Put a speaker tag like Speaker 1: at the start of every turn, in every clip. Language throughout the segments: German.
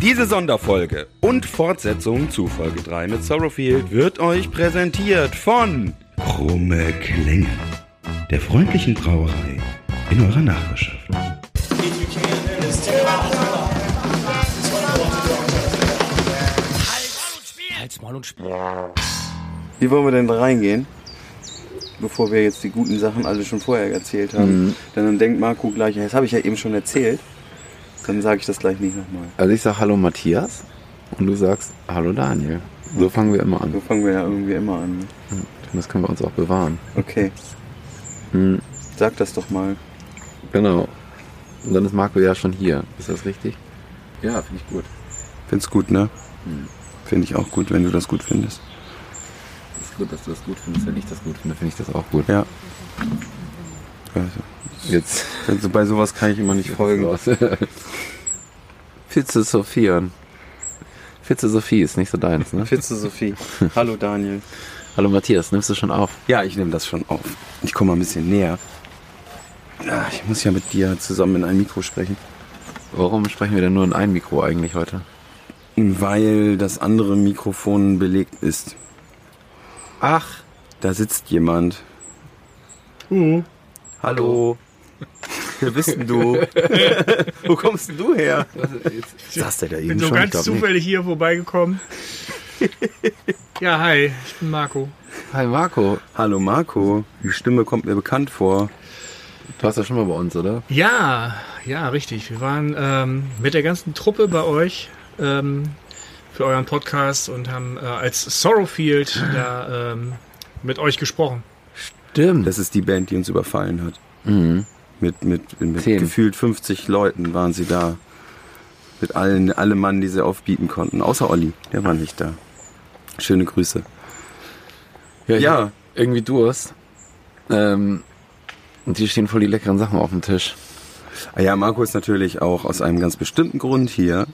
Speaker 1: Diese Sonderfolge und Fortsetzung zu Folge 3 mit Sorrowfield wird euch präsentiert von Krumme Klänge, der freundlichen Brauerei in eurer Nachbarschaft.
Speaker 2: Halt's Maul und Sp
Speaker 3: Wie wollen wir denn da reingehen? Bevor wir jetzt die guten Sachen alle schon vorher erzählt haben. Denn dann denkt Marco gleich, das habe ich ja eben schon erzählt. Dann sage ich das gleich nicht nochmal.
Speaker 4: Also ich sag Hallo Matthias und du sagst Hallo Daniel. So fangen wir immer
Speaker 3: So
Speaker 4: an.
Speaker 3: fangen wir ja irgendwie immer an. ne?
Speaker 4: Das können wir uns auch bewahren.
Speaker 3: Okay,
Speaker 4: Hm,
Speaker 3: sag das doch mal.
Speaker 4: genau. Und dann ist Marco ja schon hier. Ist das richtig? Ja, finde ich gut.
Speaker 3: Find's gut, ne? Finde ich auch gut, wenn du das gut findest.
Speaker 4: Ist gut, dass du das gut findest. Wenn ich das gut finde, finde ich das auch gut.
Speaker 3: Ja. Also,
Speaker 4: Jetzt
Speaker 3: also bei sowas kann ich immer nicht folgen.
Speaker 4: Fitze Sophian. Fitze Sophie ist nicht so deins, ne?
Speaker 3: Fitze Sophie. Hallo Daniel.
Speaker 4: Hallo Matthias, nimmst du schon auf?
Speaker 3: Ja, ich nehme das schon auf. Ich komme mal ein bisschen näher. Ah, Ich muss ja mit dir zusammen in ein Mikro sprechen.
Speaker 4: Warum sprechen wir denn nur in ein Mikro eigentlich heute?
Speaker 3: Weil das andere Mikrofon belegt ist.
Speaker 4: Ach,
Speaker 3: Da sitzt jemand. Hm. Hallo. Wer bist denn du? Wo kommst denn du her? Saß der da
Speaker 5: bin
Speaker 3: eben
Speaker 5: so
Speaker 3: schon? Ich
Speaker 5: ganz
Speaker 3: glaub nicht.
Speaker 5: zufällig hier vorbeigekommen. ja, hi, ich bin Marco.
Speaker 4: hi Marco.
Speaker 3: Hallo Marco. Die Stimme kommt mir bekannt vor.
Speaker 4: Du warst ja schon mal bei uns, oder?
Speaker 5: Ja, ja, richtig. Wir waren ähm, mit der ganzen Truppe bei euch ähm, für euren Podcast und haben äh, als Sorrowfield da ähm, mit euch gesprochen.
Speaker 4: Stimmt.
Speaker 3: Das ist die Band, die uns überfallen hat.
Speaker 4: Mhm.
Speaker 3: Mit, mit, mit
Speaker 4: Zehn.
Speaker 3: gefühlt 50 Leuten waren sie da. Mit allen, alle Mann, die sie aufbieten konnten. Außer Olli, der war nicht da. Schöne Grüße.
Speaker 4: Ja, ich
Speaker 3: Ja.
Speaker 4: hab irgendwie Durst. Ähm, und hier stehen voll die leckeren Sachen auf dem Tisch.
Speaker 3: Ah ja, Marco ist natürlich auch aus einem ganz bestimmten Grund hier.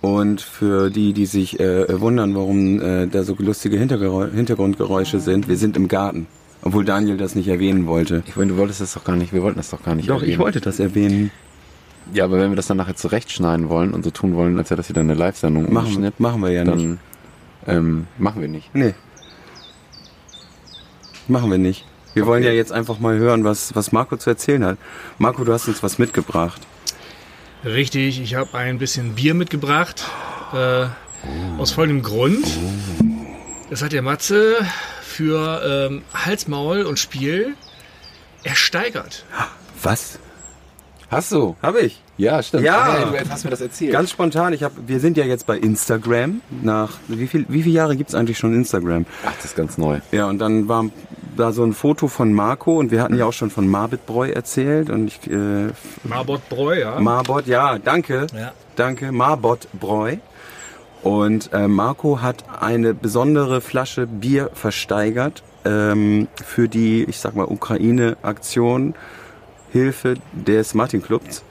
Speaker 3: Und für die, die sich äh, wundern, warum äh, da so lustige Hintergerä Hintergrundgeräusche sind, wir sind im Garten. Obwohl Daniel das nicht erwähnen wollte.
Speaker 4: Ich meine, du wolltest das doch gar nicht, wir wollten das doch gar nicht.
Speaker 3: Doch, ich
Speaker 4: erwähnen.
Speaker 3: wollte das erwähnen.
Speaker 4: Ja, aber wenn wir das dann nachher zurechtschneiden wollen und so tun wollen, als wäre das wieder eine Live-Sendung
Speaker 3: Machen, wir-
Speaker 4: Schnitt,
Speaker 3: machen wir ja nicht.
Speaker 4: dann ähm, machen wir nicht.
Speaker 3: Nee. Machen wir nicht. Wir wollen ja jetzt einfach mal hören, was, was Marco zu erzählen hat. Marco, du hast uns was mitgebracht.
Speaker 5: Richtig, ich habe ein bisschen Bier mitgebracht. Äh, Aus folgendem Grund. Oh. Das hat der Matze für ähm, Hals, Maul und Spiel ersteigert.
Speaker 3: Was?
Speaker 4: Hast du?
Speaker 3: Habe ich.
Speaker 4: Ja, stimmt.
Speaker 3: Ja.
Speaker 4: Ah, du hast mir das erzählt.
Speaker 3: Ganz spontan, ich hab, wir sind ja jetzt bei Instagram. Nach wie viel, wie viele Jahre gibt's eigentlich schon Instagram?
Speaker 4: Ach, das ist ganz neu.
Speaker 3: Ja, und dann war da so ein Foto von Marco und wir hatten ja auch schon von Marbit Breu erzählt und ich, äh,
Speaker 5: Marbot Breu, ja.
Speaker 3: Marbot, ja, danke.
Speaker 5: Ja.
Speaker 3: Danke, Marbot Breu. Und äh, Marco hat eine besondere Flasche Bier versteigert ähm, für die, ich sag mal, Ukraine-Aktion Hilfe des Martin-Clubs.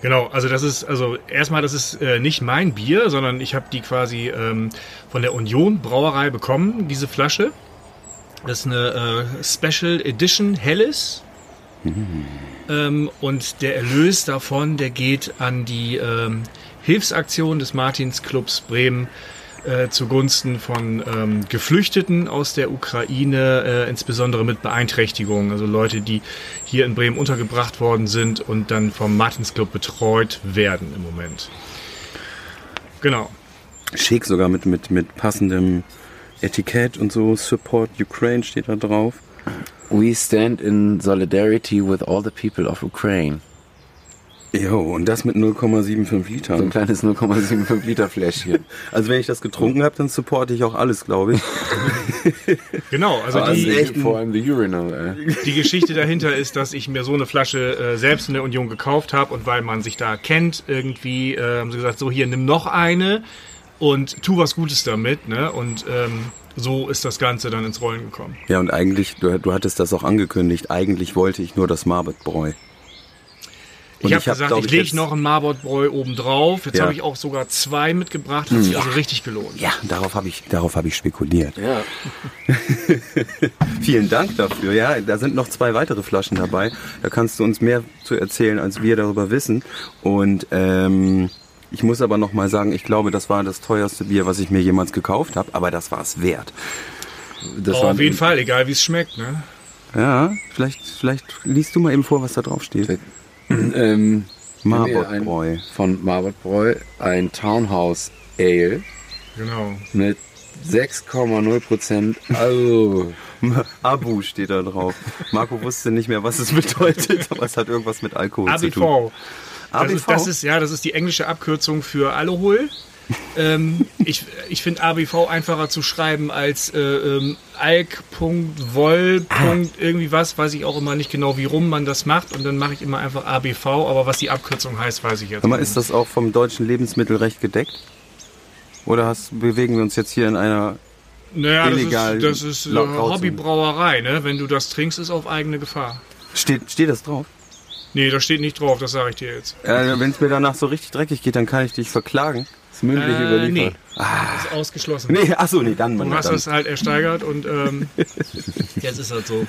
Speaker 5: Genau, also das ist, also erstmal, das ist äh, nicht mein Bier, sondern ich habe die quasi ähm, von der Union Brauerei bekommen, diese Flasche. Das ist eine äh, Special Edition Helles. Ähm, und der Erlös davon, der geht an die ähm, Hilfsaktion des Martinsclubs Bremen äh, zugunsten von ähm, Geflüchteten aus der Ukraine, äh, insbesondere mit Beeinträchtigungen. Also Leute, die hier in Bremen untergebracht worden sind und dann vom Martinsclub betreut werden im Moment. Genau.
Speaker 3: Schick sogar mit, mit, mit passendem Etikett und so. Support Ukraine steht da drauf.
Speaker 4: We stand in solidarity with all the people of Ukraine.
Speaker 3: Jo, und das mit 0,75
Speaker 4: So ein
Speaker 3: Litern.
Speaker 4: kleines 0,75 Liter Fläschchen.
Speaker 3: Also wenn ich das getrunken habe, dann supporte ich auch alles, glaube ich.
Speaker 5: Genau, also
Speaker 3: Aber
Speaker 5: die,
Speaker 3: das ist echt ein-
Speaker 4: Vor allem the urinal, ey.
Speaker 5: Die Geschichte dahinter ist, dass ich mir so eine Flasche äh, selbst in der Union gekauft habe und weil man sich da kennt, irgendwie äh, haben sie gesagt, so hier, nimm noch eine und tu was Gutes damit. Ne? Und ähm, so ist das Ganze dann ins Rollen gekommen.
Speaker 3: Ja, und eigentlich, du, du hattest das auch angekündigt, eigentlich wollte ich nur das Marbetbräu.
Speaker 5: Ich habe gesagt,
Speaker 3: glaub
Speaker 5: ich lege
Speaker 3: jetzt-
Speaker 5: noch ein Marbotbräu oben drauf. Jetzt
Speaker 3: Ja. Hm.
Speaker 5: habe ich auch sogar zwei mitgebracht. Hat sich also richtig gelohnt.
Speaker 3: Ja, darauf habe ich, darauf habe ich spekuliert.
Speaker 4: Ja.
Speaker 3: Vielen Dank dafür. Ja, da sind noch zwei weitere Flaschen dabei. Da kannst du uns mehr zu erzählen, als wir darüber wissen. Und ähm, Ich muss aber nochmal sagen, ich glaube, das war das teuerste Bier, was ich mir jemals gekauft habe, aber das war es wert.
Speaker 4: Das
Speaker 5: Oh,
Speaker 4: war-
Speaker 5: auf jeden Fall, egal wie es schmeckt. Ne?
Speaker 3: Ja, vielleicht, vielleicht liest du mal eben vor, was da drauf steht.
Speaker 4: Vielleicht- Ähm,
Speaker 3: Marbotbräu.
Speaker 4: Von Marbotbräu, ein Townhouse Ale
Speaker 5: Genau.
Speaker 4: mit 6,0 Prozent. Oh,
Speaker 3: Abu steht da drauf. Marco wusste nicht mehr, was es bedeutet, aber es hat irgendwas mit Alkohol zu tun.
Speaker 5: ABV. Das ist, das ist, ja, das ist die englische Abkürzung für Alkohol. ähm, ich ich finde ABV einfacher zu schreiben als äh, ähm, Alk.vol.
Speaker 3: Ah.
Speaker 5: irgendwie was, weiß ich auch immer nicht genau, wie rum man das macht. Und dann mache ich immer einfach ABV, aber was die Abkürzung heißt, weiß ich jetzt
Speaker 3: Sag mal,
Speaker 5: nicht.
Speaker 3: ist das auch vom deutschen Lebensmittelrecht gedeckt? Oder hast, bewegen wir uns jetzt hier in einer...
Speaker 5: naja,
Speaker 3: illegal
Speaker 5: das ist, das ist äh,
Speaker 3: laut Grauzone?
Speaker 5: Hobbybrauerei, ne? Wenn du das trinkst, ist auf eigene Gefahr.
Speaker 3: Steht, steht das drauf?
Speaker 5: Nee, da steht nicht drauf, das sage ich dir jetzt.
Speaker 3: Äh, Wenn es mir danach so richtig dreckig geht, dann kann ich dich verklagen.
Speaker 4: ist mündlich
Speaker 5: Äh,
Speaker 3: Äh,
Speaker 5: nee,
Speaker 4: überliefert.
Speaker 5: ist ausgeschlossen.
Speaker 3: Ah. Nee, achso, nee, dann. Mann,
Speaker 5: Du hast
Speaker 3: dann.
Speaker 5: es halt ersteigert und ähm, jetzt ist halt so.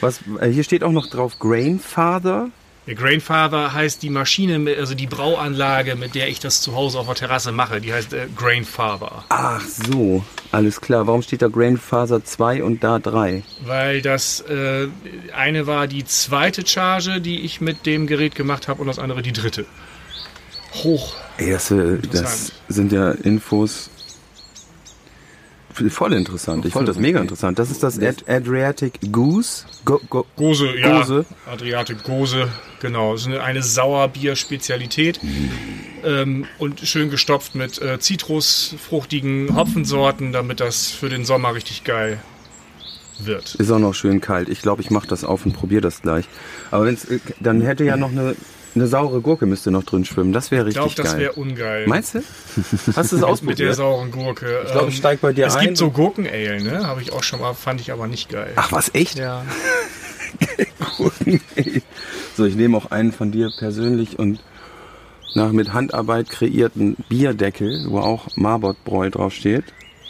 Speaker 3: Was, äh, hier steht auch noch drauf Grainfather.
Speaker 5: Der Grainfather heißt die Maschine, also die Brauanlage, mit der ich das zu Hause auf der Terrasse mache. Die heißt äh, Grainfather.
Speaker 3: Ach so, alles klar. Warum steht da Grainfather 2 und da 3?
Speaker 5: Weil das äh, eine war die zweite Charge, die ich mit dem Gerät gemacht habe, und das andere die dritte. Hoch.
Speaker 3: Ey, das, äh, das
Speaker 5: Interessant.
Speaker 3: sind ja Infos. Voll interessant. Ich
Speaker 4: Voll
Speaker 3: finde das
Speaker 4: interessant.
Speaker 3: mega interessant. Das ist das Ad Adriatic Goose. Go, go.
Speaker 5: Gose, ja.
Speaker 3: Gose.
Speaker 5: Adriatic Gose, genau. Das ist eine, eine Sauerbier-Spezialität. Ähm, und schön gestopft mit äh, zitrusfruchtigen Hopfensorten, damit das für den Sommer richtig geil wird.
Speaker 3: Ist auch noch schön kalt. Ich glaube, ich mache das auf und probiere das gleich. Aber wenn's, äh, dann hätte ja noch eine, eine saure Gurke müsste noch drin schwimmen. Das wäre
Speaker 5: Ich
Speaker 3: richtig
Speaker 5: glaube, das
Speaker 3: geil.
Speaker 5: wäre ungeil.
Speaker 3: Meinst du? Hast du es
Speaker 5: Mit der
Speaker 3: ausprobiert?
Speaker 5: sauren Gurke. Ich
Speaker 3: glaub, ich steig bei dir
Speaker 5: es
Speaker 3: ein
Speaker 5: Es gibt so
Speaker 3: und-
Speaker 5: Gurken-Ale, ne? Habe ich auch schon mal, fand ich aber nicht geil.
Speaker 3: Ach was, echt?
Speaker 5: Ja.
Speaker 3: So, ich nehme auch einen von dir persönlich und nach mit Handarbeit kreierten Bierdeckel, wo auch Marbotbräu draufsteht.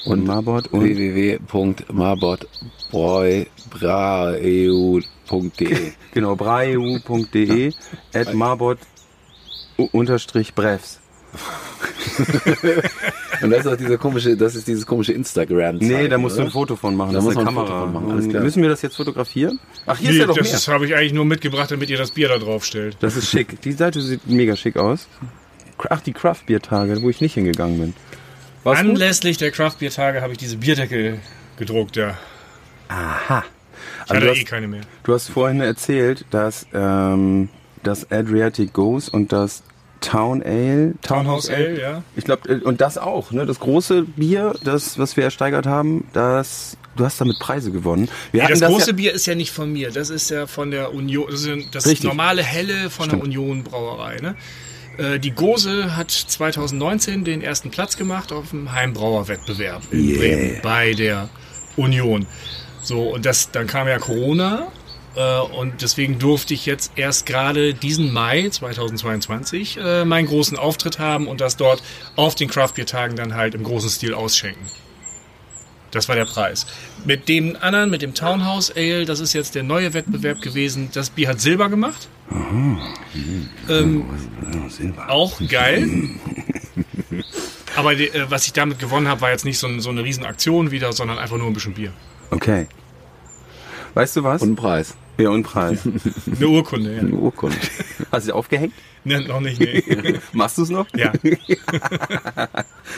Speaker 3: Und Marbot und
Speaker 4: www.marbotbräu.eu.de
Speaker 3: genau braiu.de at marbot u- unterstrich brefs.
Speaker 4: Und das ist auch dieser komische, das ist dieses komische Instagram.
Speaker 3: Nee, da musst du ein Foto von machen.
Speaker 4: Da
Speaker 3: das
Speaker 4: muss
Speaker 3: ist eine
Speaker 4: man ein
Speaker 3: Kamera. Hm,
Speaker 4: Foto von machen, alles klar.
Speaker 3: Müssen wir das jetzt fotografieren? Ach, hier
Speaker 5: nee,
Speaker 3: ist ja doch mehr.
Speaker 5: das habe ich eigentlich nur mitgebracht, damit ihr das Bier da drauf stellt.
Speaker 3: das ist schick. Die Seite sieht mega schick aus. Ach, die Craft Beer Tage, wo ich nicht hingegangen bin. War's gut?
Speaker 5: Anlässlich der Craft Beer Tage habe ich diese Bierdeckel gedruckt, ja.
Speaker 3: Aha. Also
Speaker 5: Ich hatte
Speaker 3: du
Speaker 5: eh
Speaker 3: hast-
Speaker 5: keine mehr.
Speaker 3: Du hast vorhin erzählt, dass ähm, das Adriatic Goes und das Town Ale,
Speaker 5: Townhouse Ale, ja.
Speaker 3: Ich glaube, und das auch, ne? Das große Bier, das, was wir ersteigert haben, das, du hast damit Preise gewonnen. Wir
Speaker 5: Nee,
Speaker 3: hatten
Speaker 5: das große
Speaker 3: ja,
Speaker 5: Bier ist ja nicht von mir, das ist ja von der Union, das, ist das
Speaker 3: Richtig.
Speaker 5: normale Helle von
Speaker 3: Stimmt.
Speaker 5: der Union Brauerei. Ne? Äh, Die Gose hat 2019 den ersten Platz gemacht auf dem Heimbrauerwettbewerb in
Speaker 3: Yeah.
Speaker 5: Bremen bei der Union. So, und das, dann kam ja Corona äh, und deswegen durfte ich jetzt erst gerade diesen Mai 2022 äh, meinen großen Auftritt haben und das dort auf den Craft Beer Tagen dann halt im großen Stil ausschenken. Das war der Preis. Mit dem anderen, mit dem Townhouse Ale, das ist jetzt der neue Wettbewerb gewesen. Das Bier hat Silber gemacht. Ähm, auch geil. Aber die, äh, was ich damit gewonnen habe, war jetzt nicht so, ein- so eine Riesenaktion wieder, sondern einfach nur ein bisschen Bier.
Speaker 3: Okay. Weißt du was?
Speaker 4: Und einen Preis.
Speaker 3: ja, und Preis.
Speaker 5: Eine Urkunde, ja.
Speaker 4: Eine Urkunde.
Speaker 3: hast du sie aufgehängt?
Speaker 5: Ne, noch nicht, nee.
Speaker 3: Machst du es noch?
Speaker 5: Ja.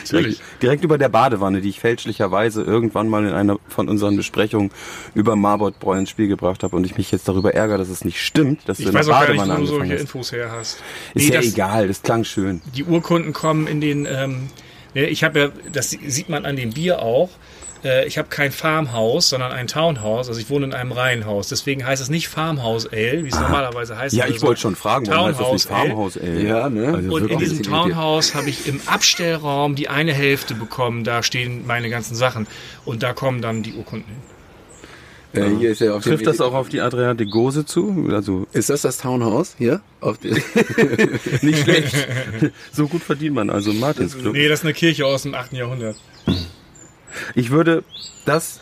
Speaker 5: Natürlich.
Speaker 3: Direkt über der Badewanne, die ich fälschlicherweise irgendwann mal in einer von unseren Besprechungen über Marbotbräu ins Spiel gebracht habe und ich mich jetzt darüber ärgere, dass es nicht stimmt, dass du
Speaker 5: Ich
Speaker 3: in der
Speaker 5: weiß auch gar nicht,
Speaker 3: Badewanne
Speaker 5: wo du
Speaker 3: angefangen
Speaker 5: solche
Speaker 3: hast.
Speaker 5: Infos her hast.
Speaker 3: Ist
Speaker 5: Nee,
Speaker 3: ja
Speaker 5: das-
Speaker 3: egal, das klang schön.
Speaker 5: die Urkunden kommen in den, ähm, ne, ich habe ja, das sieht man an dem Bier auch, äh, ich habe kein Farmhaus, sondern ein Townhouse, also ich wohne in einem Reihenhaus, deswegen heißt es nicht Farmhouse Ale, wie es normalerweise heißt.
Speaker 3: Ah. Ja,
Speaker 5: sondern
Speaker 3: ich
Speaker 5: so
Speaker 3: wollte schon fragen, warum heißt das nicht Farmhaus,
Speaker 5: Townhouse Ale.
Speaker 3: ey?
Speaker 4: Ja, ne?
Speaker 3: Also
Speaker 5: Und in
Speaker 3: wirklich.
Speaker 5: diesem
Speaker 4: eine gute Idee.
Speaker 5: Townhouse habe ich im Abstellraum die eine Hälfte bekommen, da stehen meine ganzen Sachen und da kommen dann die Urkunden hin.
Speaker 4: Äh, hier ist ja auf dem-
Speaker 3: Trifft das auch auf die Adriatic Gose zu? Also
Speaker 4: Ist das das Townhouse hier? Auf die-
Speaker 3: nicht schlecht. so gut verdient man also im Martinsclub.
Speaker 5: Nee, das ist eine Kirche aus dem 8. Jahrhundert.
Speaker 3: Ich würde das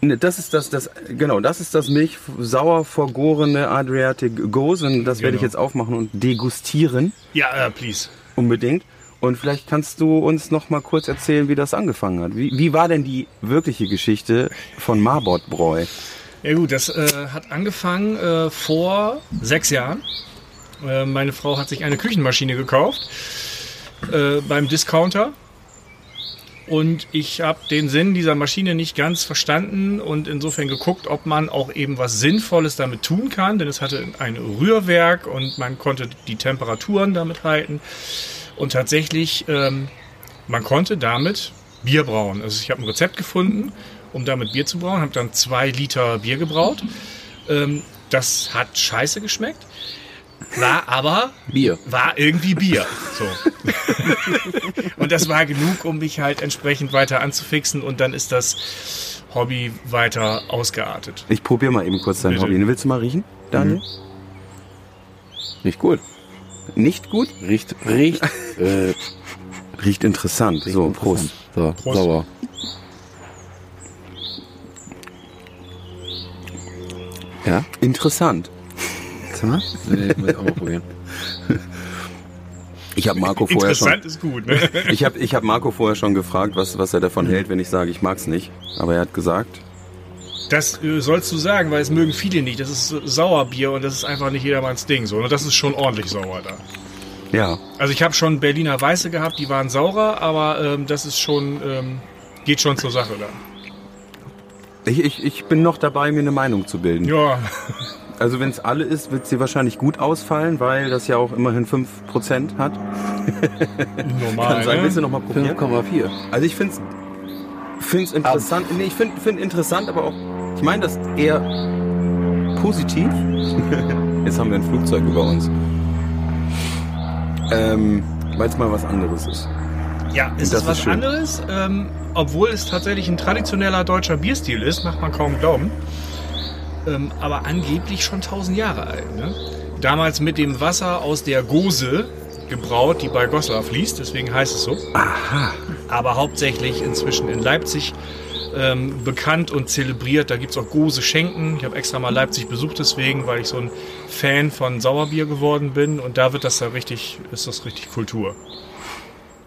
Speaker 3: ne, das ist das, das, genau, das ist das Milch sauer vergorene Adriatic Gose. Und Das werde ich
Speaker 5: Genau.
Speaker 3: jetzt aufmachen und degustieren.
Speaker 5: Ja, äh, please.
Speaker 3: Unbedingt. Und vielleicht kannst du uns noch mal kurz erzählen, wie das angefangen hat. Wie, wie war denn die wirkliche Geschichte von Marbot Bräu?
Speaker 5: Ja gut, das äh, hat angefangen äh, vor sechs Jahren. Äh, meine Frau hat sich eine Küchenmaschine gekauft äh, beim Discounter. Und ich habe den Sinn dieser Maschine nicht ganz verstanden und insofern geguckt, ob man auch eben was Sinnvolles damit tun kann. Denn es hatte ein Rührwerk und man konnte die Temperaturen damit halten. Und tatsächlich, ähm, man konnte damit Bier brauen. Also ich habe ein Rezept gefunden, um damit Bier zu brauen, habe dann zwei Liter Bier gebraut. Ähm, das hat scheiße geschmeckt, war aber
Speaker 4: Bier.
Speaker 5: war irgendwie Bier. So. und das war genug, um mich halt entsprechend weiter anzufixen und dann ist das Hobby weiter ausgeartet.
Speaker 3: Ich probiere mal eben kurz dein
Speaker 5: Bitte.
Speaker 3: Hobby. Willst du mal riechen, Daniel?
Speaker 4: Nicht gut.
Speaker 3: Nicht gut?
Speaker 4: Riecht, riecht, äh,
Speaker 3: Riecht interessant. so, Prost.
Speaker 4: So,
Speaker 5: Prost.
Speaker 4: sauber. Ja?
Speaker 3: Interessant.
Speaker 4: Sag mal. Nee, muss ich auch mal probieren.
Speaker 3: Ich habe Marco vorher schon.
Speaker 5: Interessant ist gut, ne?
Speaker 3: Ich habe ich hab Marco vorher schon gefragt, was, was er davon hält, wenn ich sage, ich mag's nicht. Aber er hat gesagt,
Speaker 5: Das äh, sollst du sagen, weil es mögen viele nicht. Das ist äh, Sauerbier und das ist einfach nicht jedermanns Ding. So. Und das ist schon ordentlich sauer da.
Speaker 3: ja,
Speaker 5: Also ich habe schon Berliner Weiße gehabt, die waren saurer, aber ähm, das ist schon, ähm, geht schon zur Sache da.
Speaker 3: ich, ich, ich bin noch dabei, mir eine Meinung zu bilden.
Speaker 5: Ja,
Speaker 3: Also wenn es alle ist, wird sie wahrscheinlich gut ausfallen, weil das ja auch immerhin 5% hat. Kann
Speaker 5: normal.
Speaker 3: sein, willst du
Speaker 5: ne?
Speaker 3: nochmal probieren?
Speaker 4: 5,4.
Speaker 3: Also ich find's, find's interessant. Nee, ich find, find interessant, aber auch. Ich meine das eher positiv. Jetzt haben wir ein Flugzeug über uns. Ähm, weil es mal was anderes ist.
Speaker 5: Ja, es
Speaker 3: Das
Speaker 5: ist
Speaker 3: ist
Speaker 5: was
Speaker 3: schön.
Speaker 5: anderes. Ähm, obwohl es tatsächlich ein traditioneller deutscher Bierstil ist, macht man kaum Glauben. Ähm, aber angeblich schon 1000 Jahre alt. Ne? Damals mit dem Wasser aus der Gose gebraut, die bei Goslar fließt, deswegen heißt es so. Aha. Aber hauptsächlich inzwischen in Leipzig ähm, bekannt und zelebriert. Da gibt's auch große Schenken. Ich habe extra mal Leipzig besucht deswegen, weil ich so ein Fan von Sauerbier geworden bin. Und da wird das dann richtig, ist das richtig Kultur.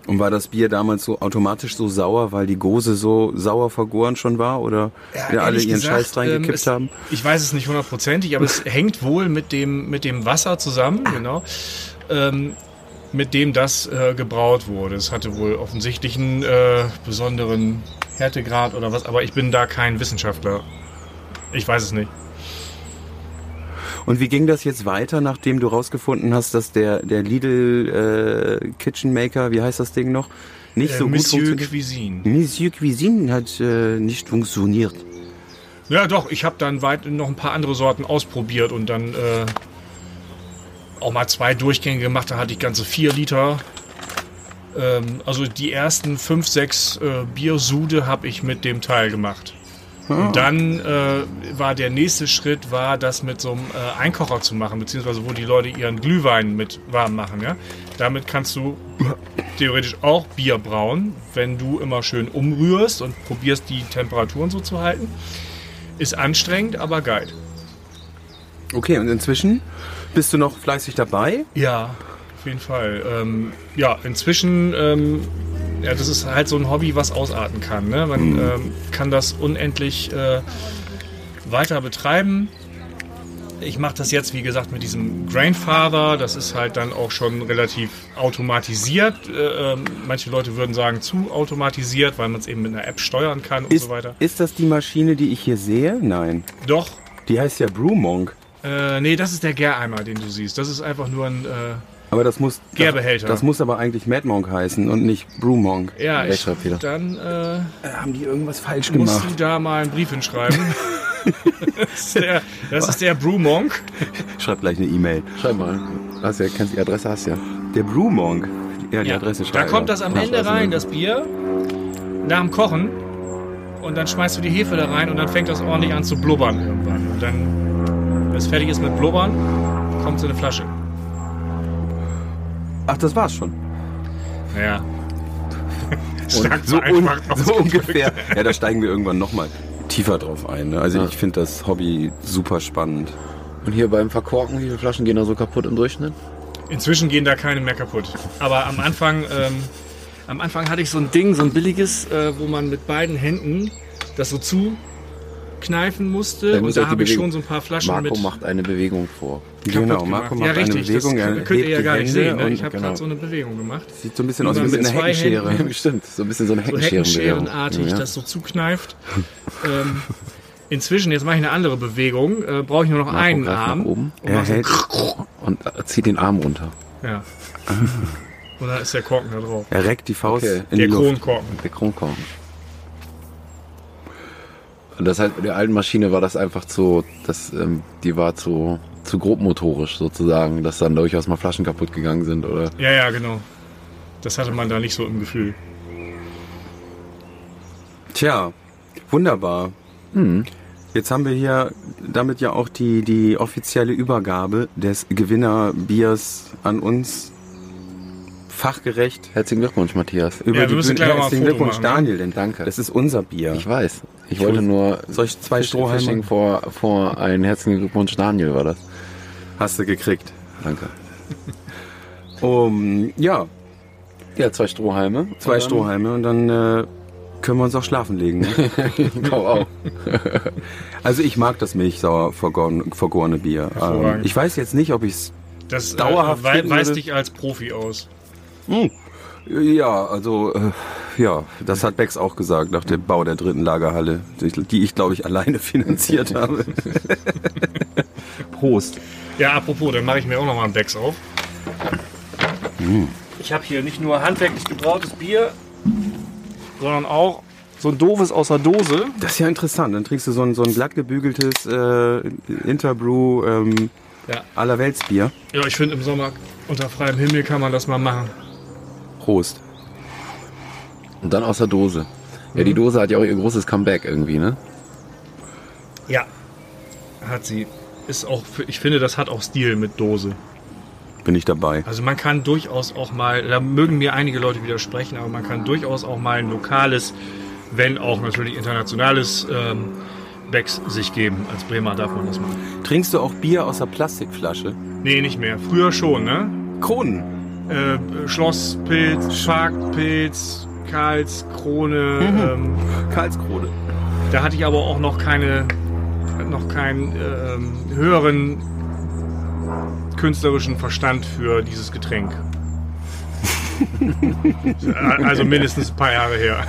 Speaker 3: Und war das Bier damals so automatisch so sauer, weil die Gose so sauer vergoren schon war oder
Speaker 5: Ja,
Speaker 3: wir alle
Speaker 5: ehrlich
Speaker 3: ihren
Speaker 5: gesagt,
Speaker 3: Scheiß reingekippt
Speaker 5: ähm, es,
Speaker 3: haben?
Speaker 5: Ich weiß es nicht hundertprozentig, aber es hängt wohl mit dem, mit dem Wasser zusammen,
Speaker 3: Ah.
Speaker 5: genau, ähm, mit dem das äh, gebraut wurde. Es hatte wohl offensichtlich einen äh, besonderen Härtegrad oder was, aber ich bin da kein Wissenschaftler. Ich weiß es nicht.
Speaker 3: Und wie ging das jetzt weiter, nachdem du rausgefunden hast, dass der, der Lidl äh, Kitchen Maker, wie heißt das Ding noch, nicht
Speaker 5: Äh,
Speaker 3: so gut
Speaker 5: Monsieur
Speaker 3: funktioniert?
Speaker 5: Cuisine.
Speaker 3: Monsieur Cuisine hat äh, nicht funktioniert.
Speaker 5: Ja, doch, ich habe dann weit noch ein paar andere Sorten ausprobiert und dann äh, auch mal zwei Durchgänge gemacht. Da hatte ich ganze vier Liter. Ähm, also die ersten fünf, sechs äh, Biersude habe ich mit dem Teil gemacht. Und dann äh, war der nächste Schritt, war das mit so einem äh, Einkocher zu machen, beziehungsweise wo die Leute ihren Glühwein mit warm machen. Ja? Damit kannst du theoretisch auch Bier brauen, wenn du immer schön umrührst und probierst, die Temperaturen so zu halten. Ist anstrengend, aber geil.
Speaker 3: Okay, und inzwischen bist du noch fleißig dabei?
Speaker 5: Ja, auf jeden Fall. Ähm, ja, inzwischen, ähm, ja, das ist halt so ein Hobby, was ausarten kann. Ne? Man ähm, kann das unendlich äh, weiter betreiben. Ich mache das jetzt, wie gesagt, mit diesem Grandfather. Das ist halt dann auch schon relativ automatisiert. Äh, ähm, manche Leute würden sagen zu automatisiert, weil man es eben mit einer App steuern kann und
Speaker 3: Ist,
Speaker 5: so weiter.
Speaker 3: ist das die Maschine, die ich hier sehe? Nein.
Speaker 5: Doch,
Speaker 3: Die heißt ja Brewmonk.
Speaker 5: äh, nee, das ist der Gäreimer, den du siehst. Das ist einfach nur ein, äh,
Speaker 3: Aber das muss. Das,
Speaker 5: Gärbehälter.
Speaker 3: das muss aber eigentlich Mad Monk heißen und nicht Brewmonk.
Speaker 5: ja, ich,
Speaker 4: Rechtschreibfehler.
Speaker 5: dann... Äh,
Speaker 3: Haben die irgendwas falsch
Speaker 5: Musst du da mal einen Brief hinschreiben? das ist der, das ist der Brewmonk.
Speaker 3: Schreib gleich eine E-Mail.
Speaker 4: Schreib mal. Hast ja, kennst die Adresse, hast ja.
Speaker 3: Der Brewmonk. Ja, die Adresse
Speaker 5: da
Speaker 3: schreibe also
Speaker 5: kommt das am
Speaker 4: Ja,
Speaker 5: Ende
Speaker 4: schreib mal.
Speaker 5: rein, das Bier, nach dem Kochen. Und dann schmeißt du die Hefe da rein und dann fängt das ordentlich an zu blubbern irgendwann. Und dann, wenn es fertig ist mit Blubbern, kommt so eine Flasche.
Speaker 3: Ach, das war's schon.
Speaker 5: Naja.
Speaker 3: Und
Speaker 5: Stark
Speaker 3: so, un
Speaker 5: vereinfacht
Speaker 3: so
Speaker 5: ausgedrückt.
Speaker 3: ungefähr. Ja, da steigen wir irgendwann nochmal tiefer drauf ein. Ne? Also ich finde das Hobby super spannend.
Speaker 4: Und hier beim Verkorken, wie viele Flaschen gehen da so kaputt im Durchschnitt?
Speaker 5: Inzwischen gehen da keine mehr kaputt. Aber am Anfang, ähm, am Anfang hatte ich so ein Ding, so ein billiges, äh, wo man mit beiden Händen das so zukneifen musste.
Speaker 4: Dann
Speaker 5: und
Speaker 4: muss
Speaker 5: da
Speaker 4: halt die
Speaker 5: habe ich
Speaker 4: Bewegung-
Speaker 5: schon so ein paar Flaschen
Speaker 4: Marco
Speaker 5: mit.
Speaker 4: macht eine Bewegung vor.
Speaker 3: Genau,
Speaker 5: kaputt
Speaker 3: Marco macht
Speaker 5: gemacht. ja, richtig,
Speaker 3: eine Bewegung.
Speaker 5: Das
Speaker 3: er
Speaker 5: könnt ihr
Speaker 3: hebt
Speaker 5: ja
Speaker 3: die
Speaker 5: gar nicht
Speaker 3: Hände
Speaker 5: sehen. Ne?
Speaker 3: und-
Speaker 5: Ich habe
Speaker 4: genau.
Speaker 5: gerade so eine Bewegung gemacht.
Speaker 3: Sieht so ein bisschen aus wie
Speaker 5: Über
Speaker 3: mit einer
Speaker 5: zwei
Speaker 3: Heckenschere.
Speaker 4: Stimmt, so ein bisschen so eine
Speaker 5: So
Speaker 4: Heckenscherenbewegung.
Speaker 5: heckenscherenartig
Speaker 4: ja.
Speaker 5: das so zukneift. ähm, inzwischen, jetzt mache ich eine andere Bewegung, äh, brauche ich nur noch
Speaker 4: Marco
Speaker 5: einen
Speaker 4: greift nach
Speaker 5: Arm.
Speaker 4: oben.
Speaker 5: Und mach so-
Speaker 3: Er hält-
Speaker 4: Und äh, zieht den Arm runter.
Speaker 5: Ja. Und da ist der Korken da drauf.
Speaker 3: Er reckt die Faust
Speaker 4: Okay.
Speaker 3: in die
Speaker 5: der
Speaker 3: Luft.
Speaker 5: Kronkorken.
Speaker 4: Der Kronkorken. Und das halt, bei der alten Maschine war das einfach zu, das, ähm, die war zu, zu grobmotorisch sozusagen, dass dann durchaus mal Flaschen kaputt gegangen sind oder.
Speaker 5: Ja, ja, genau. Das hatte man da nicht so im Gefühl.
Speaker 3: Tja, wunderbar.
Speaker 5: Hm.
Speaker 3: Jetzt haben wir hier damit ja auch die, die offizielle Übergabe des Gewinnerbiers an uns fachgerecht
Speaker 4: Herzlichen Glückwunsch, Matthias.
Speaker 3: über
Speaker 5: wir
Speaker 3: die
Speaker 5: müssen
Speaker 3: Bühne.
Speaker 5: gleich noch mal ein
Speaker 3: Herzlichen
Speaker 5: Foto
Speaker 3: Glückwunsch,
Speaker 5: machen, ne?
Speaker 3: Daniel, denn
Speaker 4: Danke.
Speaker 3: das ist unser Bier.
Speaker 4: Ich weiß. Ich wollte
Speaker 3: hol-
Speaker 4: nur.
Speaker 3: Soll ich zwei
Speaker 4: Fisch-
Speaker 3: Strohhalme-
Speaker 4: Fishing vor, vor einen herzlichen Glückwunsch, Daniel war das.
Speaker 3: Hast du gekriegt.
Speaker 4: Danke.
Speaker 3: Um, ja,
Speaker 4: Ja, zwei Strohhalme.
Speaker 3: zwei Strohhalme und dann äh, können wir uns auch schlafen legen. ne?
Speaker 4: Strohhalme. Auch.
Speaker 3: also ich mag das milchsauer vergoren- vergorene Bier. Ähm,
Speaker 5: Hervorragend.
Speaker 3: ich weiß jetzt nicht, ob ich es...
Speaker 5: Das
Speaker 3: Dauerhaft
Speaker 5: äh, wei
Speaker 3: finden
Speaker 5: weist
Speaker 3: würde-
Speaker 5: dich als Profi aus.
Speaker 3: Ja, also äh, ja, das hat Bex auch gesagt nach dem Bau der dritten Lagerhalle, die- die ich glaube ich alleine finanziert habe. Prost.
Speaker 5: Ja, apropos, dann mache ich mir auch nochmal einen Becks auf.
Speaker 3: Mm.
Speaker 5: Ich habe hier nicht nur handwerklich gebrautes Bier, sondern auch so ein doofes aus der Dose.
Speaker 3: Das ist ja interessant. Dann trinkst du so ein, so ein glatt gebügeltes äh, Interbrew ähm,
Speaker 5: Ja,
Speaker 3: Allerweltsbier.
Speaker 5: ja ich finde im Sommer unter freiem Himmel kann man das mal machen.
Speaker 3: Prost.
Speaker 4: Und dann aus der Dose. Ja, die Dose hat ja auch ihr großes Comeback irgendwie, ne?
Speaker 5: Ja. Hat sie. Ist auch, für- ich finde, das hat auch Stil mit Dose.
Speaker 3: Bin ich dabei.
Speaker 5: Also man kann durchaus auch mal, da mögen mir einige Leute widersprechen, aber man kann durchaus auch mal ein lokales, wenn auch natürlich internationales ähm, Becks sich geben. Als Bremer darf man das machen.
Speaker 3: Trinkst du auch Bier aus der Plastikflasche?
Speaker 5: Nee, nicht mehr. Früher schon, ne?
Speaker 3: Kronen.
Speaker 5: Äh, Schlosspilz, Scharkpilz, Karls, Krone. Ähm,
Speaker 3: Karlskrone.
Speaker 5: da hatte ich aber auch noch keine, noch keinen ähm, höheren künstlerischen Verstand für dieses Getränk. also mindestens ein paar Jahre her.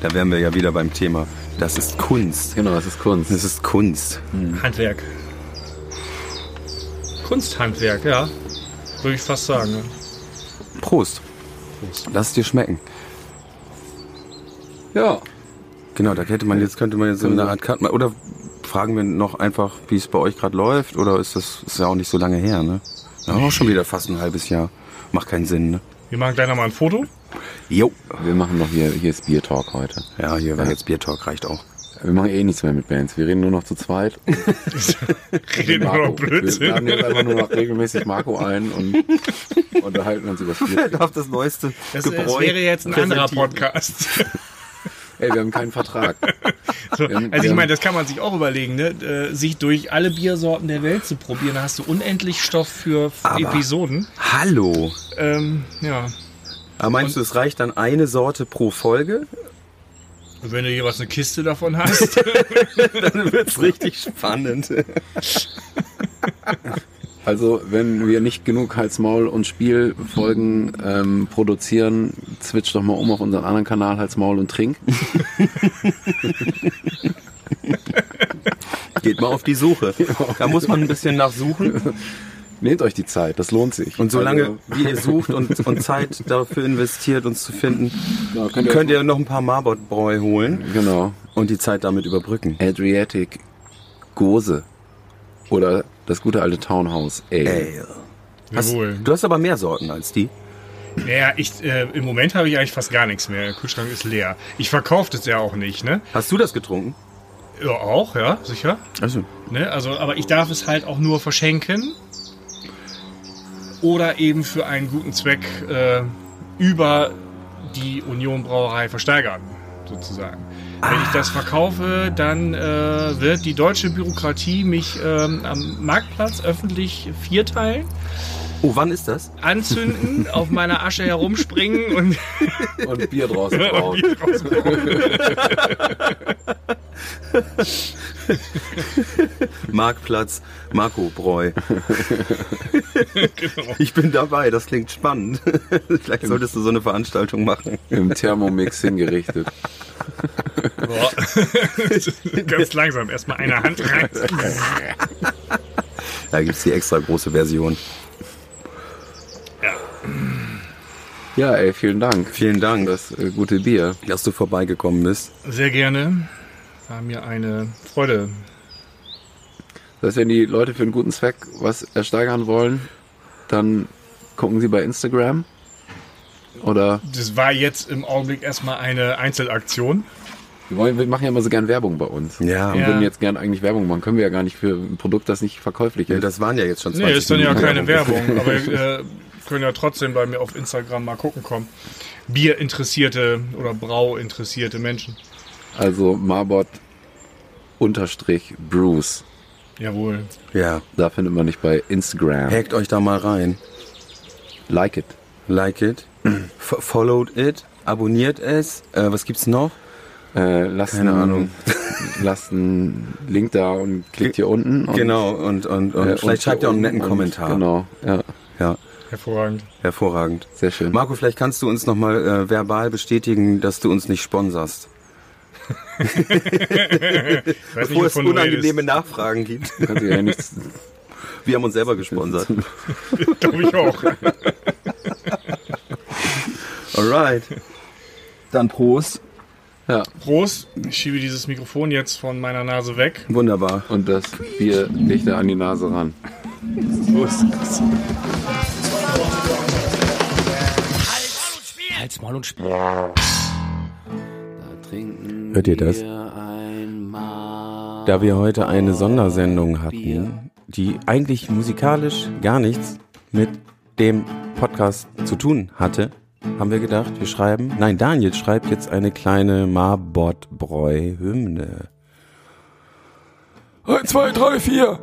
Speaker 3: Da wären wir ja wieder beim Thema. Das ist Kunst.
Speaker 4: Genau, das ist Kunst.
Speaker 3: Das ist Kunst.
Speaker 5: Handwerk. Kunsthandwerk, ja. Würde ich fast sagen. ne?
Speaker 3: Prost.
Speaker 5: Prost.
Speaker 3: Lass es dir schmecken.
Speaker 4: Ja.
Speaker 3: Genau, da hätte man jetzt könnte man jetzt so eine Art Cut machen. Oder fragen wir noch einfach, wie es bei euch gerade läuft, oder ist das ist ja auch nicht so lange her, ne? Ja, auch schon wieder fast ein halbes Jahr. Macht keinen Sinn, ne?
Speaker 5: Wir machen gleich nochmal ein Foto.
Speaker 3: Jo.
Speaker 4: Wir machen noch hier, hier ist Bier Talk heute.
Speaker 3: Ja, hier war jetzt Biertalk, reicht auch.
Speaker 4: Wir machen eh nichts mehr mit Bands. Wir reden nur noch zu zweit.
Speaker 5: Reden wir noch
Speaker 4: Wir
Speaker 5: Genau, Blödsinn.
Speaker 4: laden jetzt einfach nur noch regelmäßig Marco ein und unterhalten uns über das Bier.
Speaker 3: darf das neueste
Speaker 5: Das, äh, es wäre jetzt ein anderer Podcast.
Speaker 4: Ey, wir haben keinen Vertrag.
Speaker 5: So,
Speaker 4: Ähm,
Speaker 5: also ich
Speaker 4: ähm.
Speaker 5: meine, das kann man sich auch überlegen, ne? Äh, sich durch alle Biersorten der Welt zu probieren. Da hast du unendlich Stoff für Episoden.
Speaker 3: Hallo.
Speaker 5: Ähm, ja.
Speaker 3: Aber Ah, meinst du, es reicht dann eine Sorte pro Folge?
Speaker 5: Und wenn du jeweils eine Kiste davon hast.
Speaker 3: Dann wird's richtig spannend.
Speaker 4: Also, wenn wir nicht genug Hals, Maul und Spielfolgen ähm, produzieren, switch doch mal um auf unseren anderen Kanal Hals, Maul und Trink.
Speaker 3: Geht mal auf die Suche. Da muss man ein bisschen nachsuchen.
Speaker 4: Nehmt euch die Zeit, das lohnt sich.
Speaker 3: Und solange
Speaker 4: Also,
Speaker 3: wie ihr sucht und, und Zeit dafür investiert, uns zu finden,
Speaker 4: ja, könnt ihr,
Speaker 3: könnt ihr noch ein paar Marbot-Bräu holen.
Speaker 4: Genau.
Speaker 3: Und die Zeit damit überbrücken.
Speaker 4: Adriatic Gose. Oder das gute alte Townhouse Ale.
Speaker 3: Hast,
Speaker 5: Jawohl.
Speaker 3: du hast aber mehr Sorten als die.
Speaker 5: Naja, ich, äh, im Moment habe ich eigentlich fast gar nichts mehr. Der Kühlschrank ist leer. Ich verkaufe das ja auch nicht, ne?
Speaker 3: Hast du das getrunken?
Speaker 5: Ja, auch, ja, sicher.
Speaker 3: Also.
Speaker 5: Ne? Also, aber ich darf es halt auch nur verschenken oder eben für einen guten Zweck äh, über die Union Brauerei versteigern, sozusagen. Wenn ich das verkaufe, dann äh, wird die deutsche Bürokratie mich ähm, am Marktplatz öffentlich vierteilen
Speaker 3: Oh, wann ist das?
Speaker 5: anzünden, auf meiner Asche herumspringen und
Speaker 4: Und Bier draußen brauen.
Speaker 3: Marktplatz, Marco Breu.
Speaker 5: genau.
Speaker 3: Ich bin dabei, das klingt spannend. Vielleicht solltest du so eine Veranstaltung machen.
Speaker 4: Im Thermomix hingerichtet.
Speaker 5: Boah. ganz langsam erstmal eine Hand rein.
Speaker 3: Da gibt's die extra große Version.
Speaker 4: Ja, ey, vielen Dank.
Speaker 3: Vielen Dank, dass,
Speaker 4: Das äh, gute Bier.
Speaker 3: dass du vorbeigekommen bist.
Speaker 5: Sehr gerne. War mir eine Freude.
Speaker 4: Das heißt, wenn die Leute für einen guten Zweck was ersteigern wollen, dann gucken sie bei Instagram. Oder
Speaker 5: Das war jetzt im Augenblick erstmal eine Einzelaktion.
Speaker 4: wir, wollen, wir machen ja immer so gern Werbung bei uns.
Speaker 3: Ja,
Speaker 4: Wir
Speaker 5: Ja.
Speaker 4: würden jetzt gern eigentlich Werbung machen. Können wir ja gar nicht für ein Produkt, das nicht verkäuflich
Speaker 3: Ja,
Speaker 4: ist.
Speaker 3: das waren ja jetzt schon 20
Speaker 5: Nee, ist dann ja
Speaker 3: Minuten.
Speaker 5: keine Werbung, aber ihr äh, könnt ja trotzdem bei mir auf Instagram mal gucken kommen. Bierinteressierte oder Brauinteressierte Menschen.
Speaker 4: Also Marbot unterstrich Bruce.
Speaker 5: Jawohl.
Speaker 3: Ja,
Speaker 4: Da findet man nicht bei Instagram.
Speaker 3: hackt euch da mal rein.
Speaker 4: Like it.
Speaker 3: Like it, f- followed it, abonniert es. Äh, was gibt's noch?
Speaker 4: Äh, lasst
Speaker 3: Keine
Speaker 4: einen-
Speaker 3: Ahnung.
Speaker 4: Lasst einen Link da und klickt hier unten. Und,
Speaker 3: genau, und, und, und
Speaker 4: äh,
Speaker 3: vielleicht
Speaker 4: und
Speaker 3: schreibt
Speaker 4: hier
Speaker 3: ihr auch einen netten
Speaker 4: unten und-
Speaker 3: Kommentar.
Speaker 4: Genau, ja,
Speaker 3: Ja,
Speaker 5: Hervorragend.
Speaker 3: hervorragend.
Speaker 4: sehr schön.
Speaker 3: Marco, vielleicht kannst du uns nochmal äh, verbal bestätigen, dass du uns nicht sponserst.
Speaker 5: Ich weiß
Speaker 3: Wo es
Speaker 5: wovon du
Speaker 3: unangenehme
Speaker 5: redest.
Speaker 3: Nachfragen gibt.
Speaker 4: Du kannst ja nichts
Speaker 3: Wir haben uns selber gesponsert.
Speaker 5: Glaube ich auch.
Speaker 3: Alright. Dann Prost.
Speaker 4: Ja,
Speaker 5: Prost. Ich schiebe dieses Mikrofon jetzt von meiner Nase weg.
Speaker 3: Wunderbar.
Speaker 4: und das Bier dichter an die Nase ran.
Speaker 2: Halt's Maul und Spiel.
Speaker 3: Hört ihr das? Da wir heute eine Sondersendung hatten, die eigentlich musikalisch gar nichts mit dem Podcast zu tun hatte, haben wir gedacht, wir schreiben, nein, Daniel schreibt jetzt eine kleine Marbot-Breu-Hymne. Eins, zwei, drei, vier.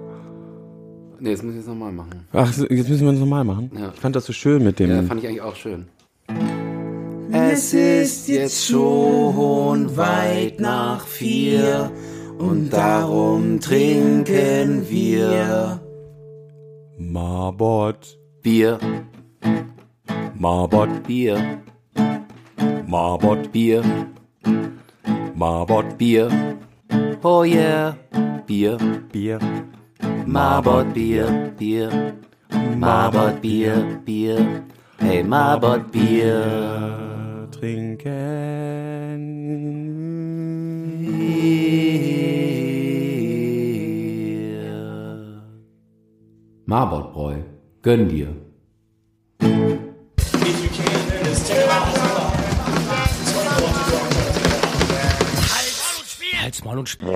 Speaker 4: Ne, das muss ich jetzt nochmal machen.
Speaker 3: Ach, so, jetzt müssen wir es nochmal machen.
Speaker 4: Ja.
Speaker 3: Ich fand das so schön mit dem...
Speaker 4: ich eigentlich auch schön.
Speaker 6: Es ist jetzt schon weit nach vier und darum trinken wir
Speaker 1: Marbot,
Speaker 6: Bier,
Speaker 1: Marbot,
Speaker 6: Bier,
Speaker 1: Marbot,
Speaker 6: Bier,
Speaker 1: Marbot,
Speaker 6: Bier. Oh yeah, Bier,
Speaker 1: Bier,
Speaker 6: Marbot Bier, Bier, Marbot Bier, Bier. Hey Marbot Bier.
Speaker 1: trinken.
Speaker 6: Bier.
Speaker 7: Marbotbräu, gönn dir.
Speaker 2: Halt's Maul und Spiel.